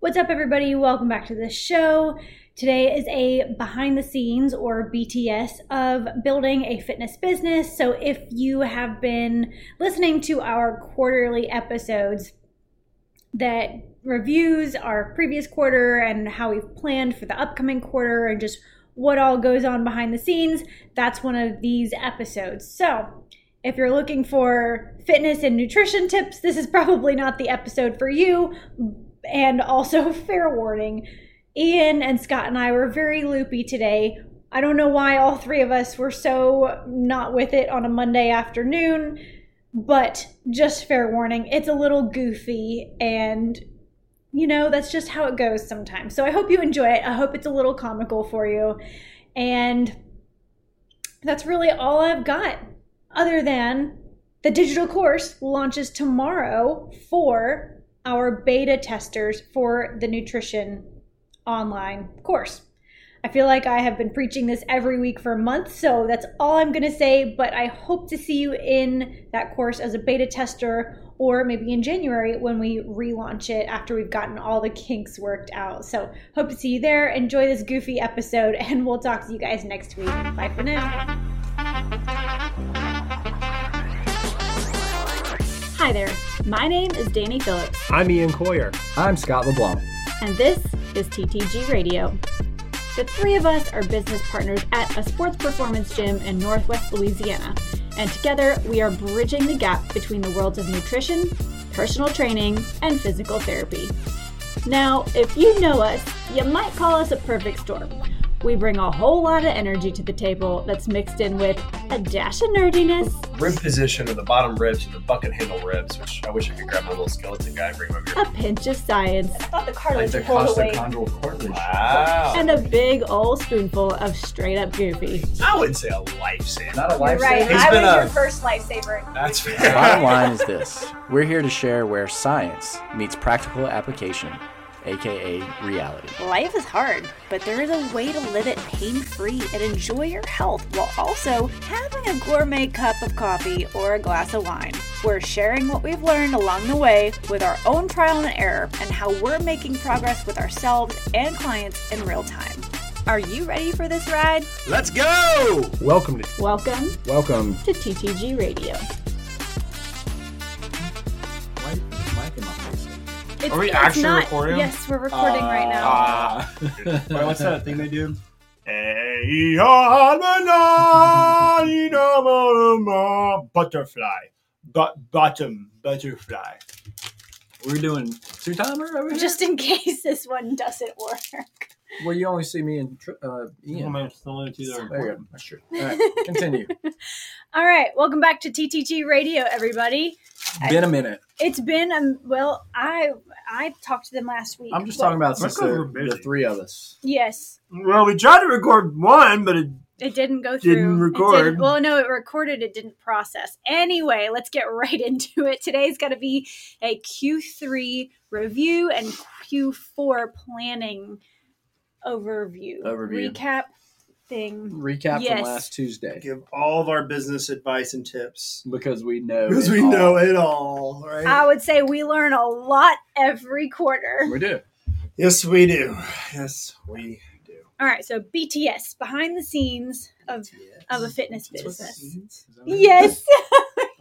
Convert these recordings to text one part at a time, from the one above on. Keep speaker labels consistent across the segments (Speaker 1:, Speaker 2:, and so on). Speaker 1: What's up, everybody? Welcome back to the show. Today is a behind the scenes or BTS of building a fitness business. So, if you have been listening to our quarterly episodes that reviews our previous quarter and how we've planned for the upcoming quarter and just what all goes on behind the scenes, that's one of these episodes. So, if you're looking for fitness and nutrition tips, this is probably not the episode for you. And also, fair warning Ian and Scott and I were very loopy today. I don't know why all three of us were so not with it on a Monday afternoon, but just fair warning, it's a little goofy and you know, that's just how it goes sometimes. So I hope you enjoy it. I hope it's a little comical for you. And that's really all I've got, other than the digital course launches tomorrow for our beta testers for the nutrition online course. I feel like I have been preaching this every week for a month, so that's all I'm going to say. But I hope to see you in that course as a beta tester or maybe in January when we relaunch it after we've gotten all the kinks worked out. So, hope to see you there. Enjoy this goofy episode, and we'll talk to you guys next week. Bye for now.
Speaker 2: Hi there. My name is Danny Phillips,
Speaker 3: I'm Ian Coyer.
Speaker 4: I'm Scott LeBlanc.
Speaker 2: and this is TTG Radio. The three of us are business partners at a sports performance gym in Northwest Louisiana, and together we are bridging the gap between the worlds of nutrition, personal training, and physical therapy. Now, if you know us, you might call us a perfect storm. We bring a whole lot of energy to the table that's mixed in with a dash of nerdiness,
Speaker 5: rib position and the bottom ribs and the bucket handle ribs, which I wish I could grab my little skeleton guy and bring him over here.
Speaker 2: a pinch of science,
Speaker 1: Thought the
Speaker 4: Like
Speaker 1: cartilage
Speaker 4: the
Speaker 1: pulled away.
Speaker 4: costochondral cartilage.
Speaker 5: Wow.
Speaker 2: and a big old spoonful of straight up goofy.
Speaker 5: I wouldn't say a lifesaver.
Speaker 4: Not a
Speaker 1: You're
Speaker 4: lifesaver.
Speaker 1: right.
Speaker 5: He's
Speaker 1: I was
Speaker 5: been a-
Speaker 1: your first lifesaver.
Speaker 5: That's
Speaker 4: The bottom
Speaker 5: fair.
Speaker 4: line is this we're here to share where science meets practical application, aka reality.
Speaker 6: Life is hard, but there is a way to live it pain free and enjoy your health while also having a gourmet cup of coffee or a glass of wine. We're sharing what we've learned along the way with our own trial and error and how we're making progress with ourselves and clients in real time. Are you ready for this ride?
Speaker 5: Let's go!
Speaker 3: Welcome to
Speaker 2: Welcome
Speaker 4: Welcome.
Speaker 2: to TTG Radio.
Speaker 4: Why did this mic in my face?
Speaker 1: It's,
Speaker 5: Are we
Speaker 1: it's
Speaker 5: actually
Speaker 1: not-
Speaker 5: recording? Uh,
Speaker 1: Yes, we're recording right now.
Speaker 5: Ah. Wait, what's that thing they do?
Speaker 7: butterfly, but bottom butterfly.
Speaker 5: We're doing two timer over here.
Speaker 1: Just in case this one doesn't work.
Speaker 4: Well, you only see me and Tr- uh,
Speaker 5: Oh,
Speaker 4: Ian.
Speaker 5: man, it's the only two that are
Speaker 4: There you
Speaker 5: recording.
Speaker 4: go. That's true. All right, continue.
Speaker 1: All right, welcome back to TTG Radio, everybody.
Speaker 4: Been a minute.
Speaker 1: It's been um, well, I I talked to them last week.
Speaker 4: I'm just talking about
Speaker 7: Look
Speaker 4: since
Speaker 7: how we're
Speaker 4: the,
Speaker 7: busy.
Speaker 4: the three of us.
Speaker 1: Yes,
Speaker 7: Well, we tried to record one, but it,
Speaker 1: It didn't go through.
Speaker 7: Didn't
Speaker 1: It
Speaker 7: record.
Speaker 1: didn't- well, no, it recorded. It didn't process. Anyway, let's get right into it. Today's going to be a Q3 review and Q4 planning overview.
Speaker 4: Overview.
Speaker 1: Recap thing.
Speaker 4: Recap
Speaker 1: Yes.
Speaker 4: from last Tuesday
Speaker 7: give all of our business advice and tips
Speaker 4: because we know.
Speaker 7: because we
Speaker 4: all.
Speaker 7: know it all, right?
Speaker 1: I would say we learn a lot every quarter.
Speaker 4: We do.
Speaker 7: yes, we do. Yes, we do.
Speaker 1: All right, so BTS, behind the scenes of, of a fitness business.
Speaker 7: Sweeties, is that right?
Speaker 1: Yes.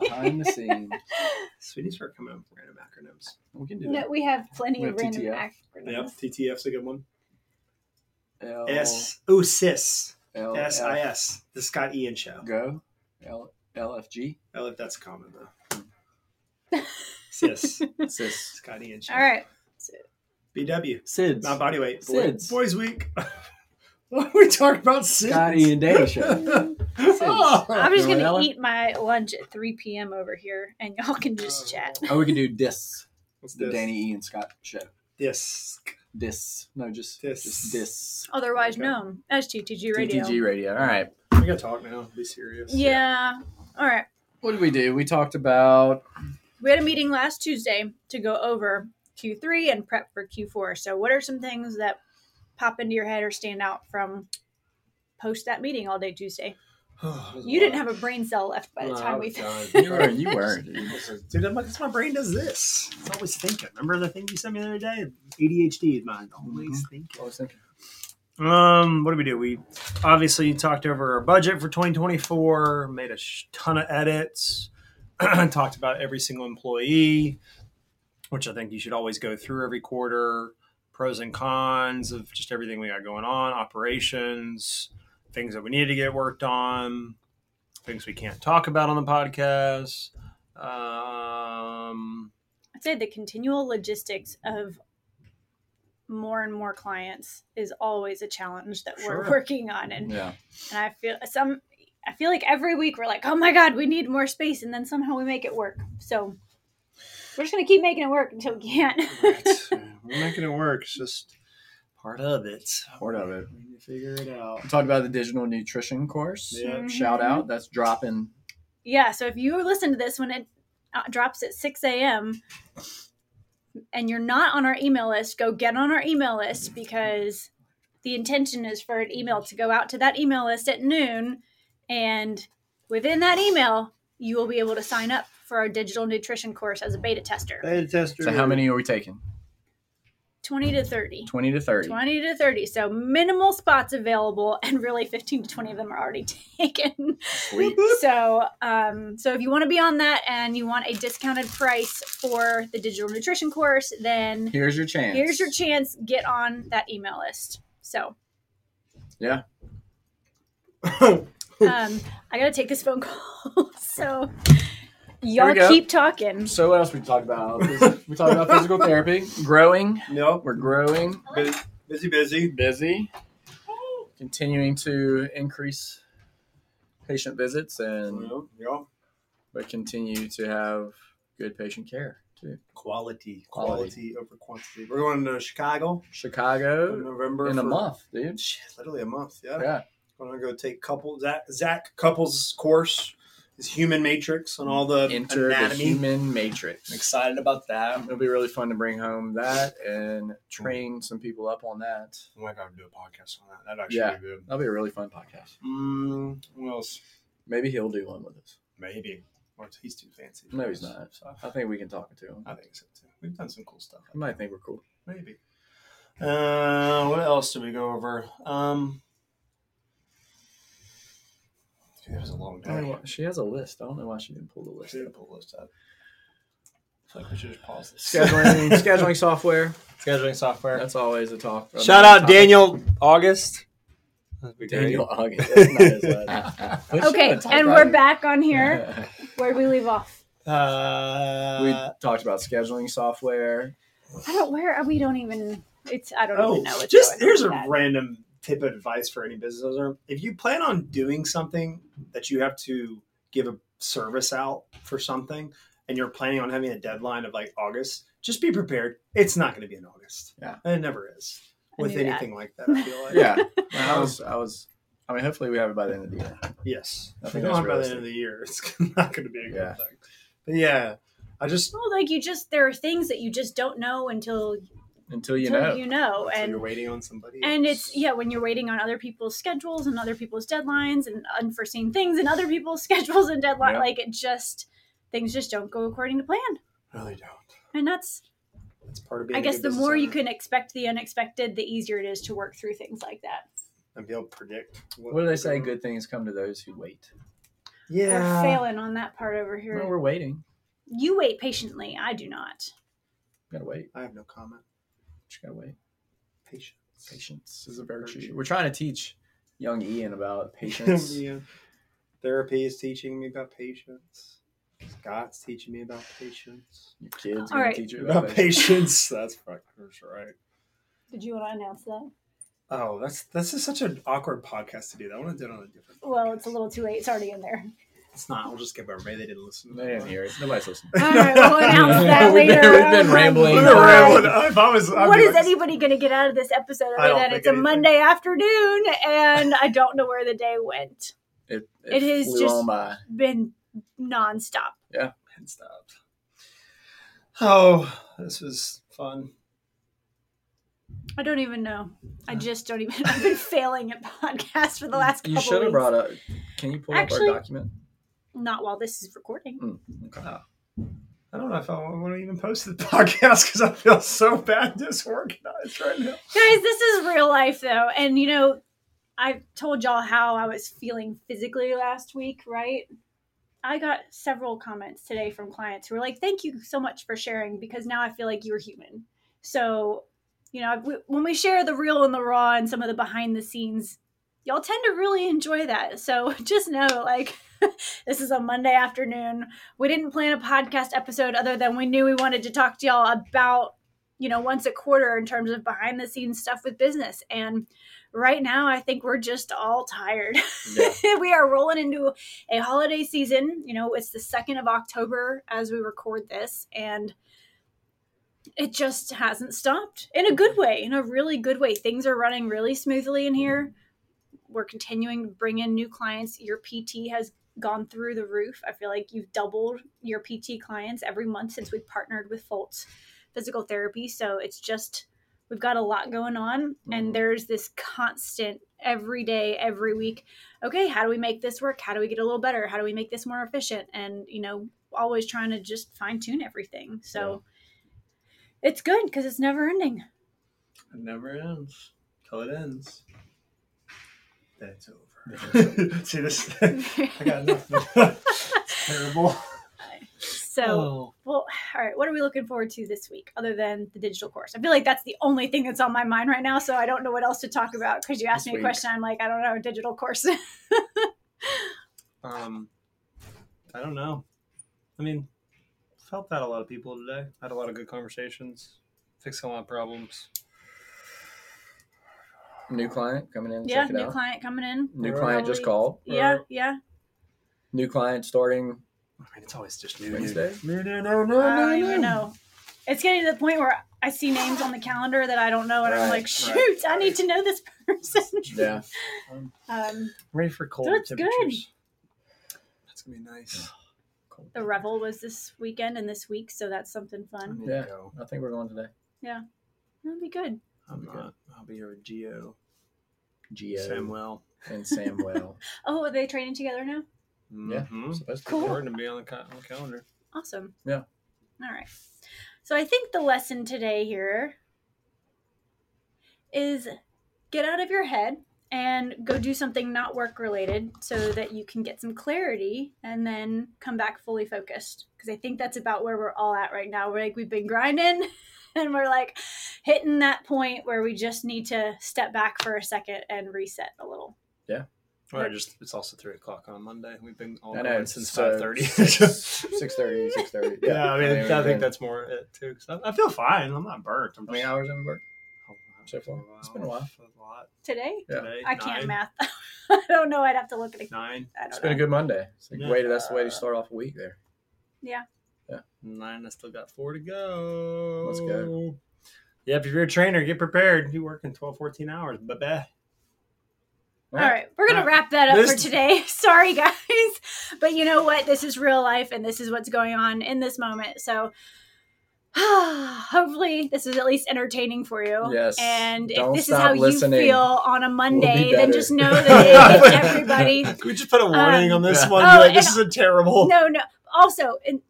Speaker 4: Behind the scenes.
Speaker 7: Sweeties start coming up with random acronyms.
Speaker 4: We can do
Speaker 1: No, we have plenty
Speaker 4: We
Speaker 1: of
Speaker 4: have
Speaker 1: random
Speaker 4: TTF.
Speaker 1: acronyms.
Speaker 7: Yep, TTF's a good one.
Speaker 4: it.
Speaker 7: Oh.
Speaker 4: L,
Speaker 7: S O CIS.
Speaker 4: L,
Speaker 7: S
Speaker 4: F,
Speaker 7: I S. The Scott Ian Show.
Speaker 4: Go. L, LFG.
Speaker 7: I like that's common though. CIS.
Speaker 4: Sis.
Speaker 7: Scott Ian Show.
Speaker 1: All right.
Speaker 7: BW.
Speaker 4: SIDS.
Speaker 7: Not body weight. Boy,
Speaker 4: SIDS.
Speaker 7: Boys Week. we talked about SIDS.
Speaker 4: Scotty and Danny show.
Speaker 7: Oh.
Speaker 1: I'm just
Speaker 4: You
Speaker 1: gonna
Speaker 4: want another?
Speaker 1: eat my lunch at 3 p.m. over here, and y'all can just chat.
Speaker 4: Oh, we can do dis.
Speaker 7: What's
Speaker 4: The
Speaker 7: this?
Speaker 4: Danny Ian Scott show.
Speaker 7: Disc.
Speaker 4: Dis. No, just
Speaker 7: Dis.
Speaker 4: Just dis.
Speaker 1: Otherwise
Speaker 7: Okay.
Speaker 1: known as TTG Radio.
Speaker 4: TTG radio. All right.
Speaker 7: We gotta talk now. Be serious.
Speaker 1: Yeah. All right.
Speaker 4: What did we do? We talked about
Speaker 1: We had a meeting last Tuesday to go over Q3 and prep for Q4. So, what are some things that pop into your head or stand out from post that meeting all day Tuesday?
Speaker 6: You didn't have a brain cell left by the
Speaker 5: No, I
Speaker 6: time we
Speaker 5: was done.
Speaker 4: You were, you were.
Speaker 7: Dude, I'm like, that's why my brain does this. It's always thinking. Remember the thing you sent me the other day? ADHD, mine. Always
Speaker 5: I was thinking,
Speaker 7: thinking. Um, what did we do? We obviously talked over our budget for 2024, made a sh- ton of edits, talked about every single employee, which I think you should always go through every quarter, pros and cons of just everything we got going on, operations, things that we need to get worked on, things we can't talk about on the podcast. Um,
Speaker 6: I'd say the continual logistics of more and more clients is always a challenge that
Speaker 7: Sure.
Speaker 6: we're working on and,
Speaker 4: Yeah.
Speaker 6: and I feel some I feel like every week we're like, "Oh my god, we need more space." And then somehow we make it work. So we're just going to keep making it work until we can't.
Speaker 7: right. We're making it work. It's just part of it.
Speaker 4: Part of it.
Speaker 7: We need to figure it out.
Speaker 4: We talked about the digital nutrition course.
Speaker 6: Mm-hmm.
Speaker 7: Yeah.
Speaker 4: Shout out. That's dropping.
Speaker 6: yeah, so if you listen to this when it uh, drops at 6 a.m. and you're not on our email list, go get on our email list because the intention is for an email to go out to that email list at noon. And within that email, you will be able to sign up for our digital nutrition course as a beta tester
Speaker 7: Beta tester.
Speaker 4: So, how many are we taking?
Speaker 6: 20 to 30.
Speaker 4: 20 to 30.
Speaker 6: 20 to 30. So minimal spots available, and really 15 to 20 of them are already taken.
Speaker 4: Sweet.
Speaker 6: so um, so if you want to be on that and you want a discounted price for the digital nutrition course then
Speaker 4: Here's your chance.
Speaker 6: here's your chance get on that email list so
Speaker 4: Yeah.
Speaker 6: um, i gotta take this phone call so y'all
Speaker 4: go.
Speaker 6: keep talking
Speaker 4: So, what else we talked about? we talked about physical therapy, growing.
Speaker 5: no,
Speaker 4: We're growing,
Speaker 5: bu- busy, busy.
Speaker 4: busy, continuing to increase patient visits, and
Speaker 5: Yeah, yeah.
Speaker 4: but continue to have good patient care too.
Speaker 5: Quality,
Speaker 4: Quality.
Speaker 5: quality over quantity. We're going to Chicago in
Speaker 4: Chicago
Speaker 5: November
Speaker 4: in a
Speaker 5: for-
Speaker 4: month, dude.
Speaker 5: Shit, literally a month. Yeah.
Speaker 4: Yeah.
Speaker 5: I'm gonna go take couple Zach, Zach Couples' course, his Human Matrix, and all the
Speaker 4: Enter the
Speaker 5: anatomy.
Speaker 4: human matrix.
Speaker 5: I'm excited about that. I'm
Speaker 4: It'll be really fun to bring home that and train some people up on that.
Speaker 5: gonna go Oh do a podcast on that. That'd actually
Speaker 4: Yeah.
Speaker 5: be good.
Speaker 4: That'll be a really fun podcast.
Speaker 5: Mm, what else?
Speaker 4: Maybe he'll do one with us.
Speaker 5: Maybe. Or he's too fancy.
Speaker 4: No, he's not.
Speaker 5: So,
Speaker 4: I think we can talk to him.
Speaker 5: I think so too. We've done some cool stuff.
Speaker 4: He might think we're cool.
Speaker 5: Maybe. Uh, what else did we go over? Um, it was a long
Speaker 4: I don't know
Speaker 5: day.
Speaker 4: why- She has a list. I don't know why she didn't pull the list.
Speaker 5: Should pull this up. I feel like we should just pause this.
Speaker 4: Scheduling, scheduling software.
Speaker 5: scheduling software.
Speaker 4: That's always a talk.
Speaker 5: Shout out Daniel August. That'd be great.
Speaker 4: Daniel August. That's not his last name.
Speaker 6: okay and we're back on here where do we leave off
Speaker 4: we
Speaker 5: Uh,
Speaker 4: talked about scheduling software.
Speaker 6: i don't where uh, we don't even it's i don't
Speaker 5: oh,
Speaker 6: even know what's
Speaker 5: just
Speaker 6: going on
Speaker 5: here's a
Speaker 6: with that.
Speaker 5: random tip of advice for any business owner. If you plan on doing something that you have to give a service out for something, and you're planning on having a deadline of like August, just be prepared. It's not going to be in August.
Speaker 4: Yeah.
Speaker 5: And it never is
Speaker 6: I
Speaker 5: with
Speaker 6: knew that.
Speaker 5: anything like that. I feel like.
Speaker 4: Yeah. I
Speaker 5: Um,
Speaker 4: was. I was. I mean, hopefully we have it by the end of the year.
Speaker 5: Yes.
Speaker 4: I
Speaker 5: If we
Speaker 4: think
Speaker 5: don't have
Speaker 4: that's
Speaker 5: it by the end
Speaker 4: realistic.
Speaker 5: of the year, it's not going to be a good
Speaker 4: Yeah.
Speaker 5: thing. But yeah, I just
Speaker 6: well like you just there are things that you just don't know until
Speaker 4: Until you
Speaker 6: until
Speaker 4: know.
Speaker 6: you know
Speaker 5: so
Speaker 6: and
Speaker 5: you're waiting on somebody.
Speaker 6: and
Speaker 5: else.
Speaker 6: it's yeah when you're waiting on other people's schedules and other people's deadlines and unforeseen things and other people's schedules and deadline
Speaker 4: Yeah.
Speaker 6: like it just things just don't go according to plan
Speaker 5: really don't.
Speaker 6: and that's
Speaker 5: That's part of being.
Speaker 6: i
Speaker 5: a
Speaker 6: guess
Speaker 5: good
Speaker 6: the
Speaker 5: business
Speaker 6: more you
Speaker 5: owner.
Speaker 6: can expect the unexpected the easier it is to work through things like that
Speaker 5: and be able to predict.
Speaker 4: What do they say? Good things come to those who wait.
Speaker 6: we're
Speaker 5: Yeah.
Speaker 6: failing on that part over here
Speaker 4: Well, we're waiting.
Speaker 6: you wait patiently i do not
Speaker 4: Gotta wait.
Speaker 5: I have no comment.
Speaker 4: Just gotta wait.
Speaker 5: Patience.
Speaker 4: Patience is a virtue.
Speaker 5: Virtue.
Speaker 4: We're trying to teach young Ian about patience.
Speaker 5: Yeah. Therapy is teaching me about patience. Scott's teaching me about patience.
Speaker 4: Your kids
Speaker 6: All
Speaker 4: gonna
Speaker 6: right.
Speaker 4: teach you about
Speaker 5: About
Speaker 4: patience.
Speaker 5: patience. That's fucking right.
Speaker 6: did you want to announce that
Speaker 5: Oh, that's this is such an awkward podcast to do. That. I want to do it on a different.
Speaker 6: well it's a
Speaker 5: podcast.
Speaker 6: little too late it's already in there
Speaker 5: It's not. We'll just get over. Maybe they didn't listen.
Speaker 4: They didn't hear it. Nobody's listening.
Speaker 6: all right we'll announce that
Speaker 4: We've
Speaker 6: later
Speaker 4: been- we've been
Speaker 6: Oh my
Speaker 4: rambling.
Speaker 6: God.
Speaker 4: We've been rambling.
Speaker 5: If I was, I'd
Speaker 6: what
Speaker 5: be
Speaker 6: is
Speaker 5: like,
Speaker 6: anybody going to get out of this episode
Speaker 5: I
Speaker 6: other
Speaker 5: don't
Speaker 6: than
Speaker 5: think
Speaker 6: it's a
Speaker 5: anything.
Speaker 6: Monday afternoon and I don't know where the day went.
Speaker 4: It,
Speaker 6: It is
Speaker 4: flew
Speaker 6: just-
Speaker 4: on by.
Speaker 6: Been nonstop.
Speaker 5: and stopped. Oh, this was fun.
Speaker 6: I don't even know. I just don't even. I've been failing at podcasts for the last couple
Speaker 4: You should have
Speaker 6: weeks.
Speaker 4: brought up
Speaker 3: Can you pull
Speaker 1: Actually-
Speaker 3: up our document?
Speaker 6: Not while this is recording.
Speaker 3: Mm. Okay.
Speaker 5: I don't know if I want to even post the podcast because I feel so bad disorganized right now.
Speaker 6: Guys, this is real life though. And you know, I told y'all how I was feeling physically last week, right? I got several comments today from clients who were like, "Thank you so much for sharing because now I feel like you're human." So, you know, we- when we share the real and the raw and some of the behind the scenes, y'all tend to really enjoy that. So, just know like this is a Monday afternoon. We didn't plan a podcast episode other than we knew we wanted to talk to y'all about you know once a quarter in terms of behind the scenes stuff with business and right now i think we're just all tired
Speaker 3: Yeah.
Speaker 6: we are rolling into a holiday season you know it's the 2nd of october as we record this and it just hasn't stopped in a good way in a really good way things are running really smoothly in here we're continuing to bring in new clients your pt has gone through the roof i feel like you've doubled your pt clients every month since we partnered with foltz physical therapy. So it's just we've got a lot going on,
Speaker 3: Mhm.
Speaker 6: and there's this constant every day, every week. Okay, how do we make this work? How do we get a little better? How do we make this more efficient? And you know, always trying to just fine tune everything. So it's good because it's never ending.
Speaker 5: It never ends. Till it ends. That's over. See this? I got nothing. It's terrible.
Speaker 6: So.
Speaker 5: Oh,
Speaker 6: Well, all right. What are we looking forward to this week other than the digital course? I feel like that's the only thing that's on my mind right now. So I don't know what else to talk about because you asked
Speaker 3: This
Speaker 6: me a
Speaker 3: week.
Speaker 6: question. I'm like, I don't know, digital course.
Speaker 5: Um, I don't know. I mean, felt that a lot of people today. Had a lot of good conversations, fixing a lot of problems.
Speaker 3: New client coming in. to
Speaker 6: yeah,
Speaker 3: check it
Speaker 6: new
Speaker 3: out.
Speaker 6: client coming in.
Speaker 3: New
Speaker 5: We're
Speaker 3: client just
Speaker 6: probably-
Speaker 3: called.
Speaker 6: Yeah,
Speaker 5: Right.
Speaker 6: yeah.
Speaker 3: New client starting
Speaker 5: I mean, it's always just new.
Speaker 3: Wednesday?
Speaker 5: New, new, new, new,
Speaker 6: I don't
Speaker 5: new,
Speaker 6: even
Speaker 5: new.
Speaker 6: know. It's getting to the point where I see names on the calendar that I don't know, and I'm
Speaker 3: Right,
Speaker 6: like,
Speaker 3: right,
Speaker 6: shoot, I need to know this person.
Speaker 3: Yeah.
Speaker 6: Um,
Speaker 5: Ready for cold
Speaker 6: That's good.
Speaker 5: temperatures. That's gonna be nice.
Speaker 6: the revel was this weekend and this week, so that's something
Speaker 5: I
Speaker 6: fun.
Speaker 5: need
Speaker 3: Yeah.
Speaker 5: to go.
Speaker 3: I think we're going today.
Speaker 6: That'll be good.
Speaker 5: I'm
Speaker 3: Okay.
Speaker 5: not. I'll be here with Geo,
Speaker 3: Geo
Speaker 5: Samuel.
Speaker 3: and Samwell.
Speaker 6: Oh, are they training together now?
Speaker 3: Yeah.
Speaker 5: Mhm.
Speaker 3: Supposed to be
Speaker 6: Cool.
Speaker 3: there.
Speaker 5: We're gonna be on the, ca- on the calendar.
Speaker 6: Awesome.
Speaker 3: Yeah.
Speaker 6: All right. So I think the lesson today here is get out of your head and go do something not work related so that you can get some clarity and then come back fully focused because I think that's about where we're all at right now. We're like we've been grinding and we're like hitting that point where we just need to step back for a second and reset a little.
Speaker 5: Well, just it's also three o'clock on Monday. We've been all
Speaker 3: I
Speaker 5: going
Speaker 3: know, it's-
Speaker 5: since
Speaker 3: so
Speaker 5: five thirty.
Speaker 3: six- 6:30, 6:30.
Speaker 5: Yeah, I mean, I,
Speaker 3: we've
Speaker 5: think
Speaker 3: been-
Speaker 5: that's more it too. 'cause I, I feel fine. I'm not burnt. I'm
Speaker 3: how many
Speaker 5: just-
Speaker 3: hours have we worked?
Speaker 5: Oh, wow.
Speaker 3: so far? It's been a while.
Speaker 5: A lot
Speaker 6: Today?
Speaker 3: Yeah.
Speaker 5: today.
Speaker 6: I
Speaker 5: Nine.
Speaker 6: can't math. I don't know. I'd have to look at it.
Speaker 5: Nine.
Speaker 6: I don't
Speaker 3: It's
Speaker 6: know.
Speaker 3: been a good Monday. It's like,
Speaker 5: Yeah.
Speaker 3: way to- that's the way to start off a week there.
Speaker 5: Nine. I still got four to go.
Speaker 3: Let's go.
Speaker 5: Yep. If you're a trainer, get prepared. You work in 12, 14 hours. Bye bye.
Speaker 6: All right, we're gonna wrap that up
Speaker 5: This-
Speaker 6: for today. Sorry, guys, but you know what? This is real life, and this is what's going on in this moment. So, hopefully, this is at least entertaining for you.
Speaker 3: Yes.
Speaker 6: And if
Speaker 3: Don't
Speaker 6: this is
Speaker 3: stop
Speaker 6: how
Speaker 3: listening.
Speaker 6: you feel on a Monday, then
Speaker 3: better.
Speaker 6: just know that it hits everybody.
Speaker 5: Could we just put a warning
Speaker 6: Um,
Speaker 5: on this
Speaker 3: yeah.
Speaker 5: one?
Speaker 6: Oh,
Speaker 5: Be like, this
Speaker 6: and-
Speaker 5: is a terrible.
Speaker 6: No, no. Also, and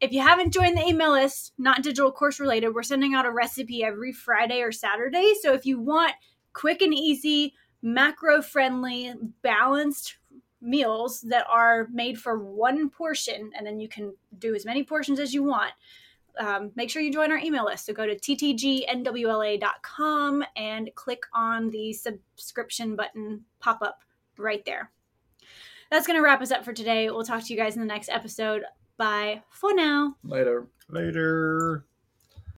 Speaker 6: if you haven't joined the email list, not digital course related, we're sending out a recipe every Friday or Saturday. So if you want quick and easy, macro friendly, balanced meals that are made for one portion, and then you can do as many portions as you want. Um, make sure you join our email list. So go to ttgnwla.com and click on the subscription button pop up right there that's going to wrap us up for today. We'll talk to you guys in the next episode. Bye for now.
Speaker 3: Later.
Speaker 5: Later.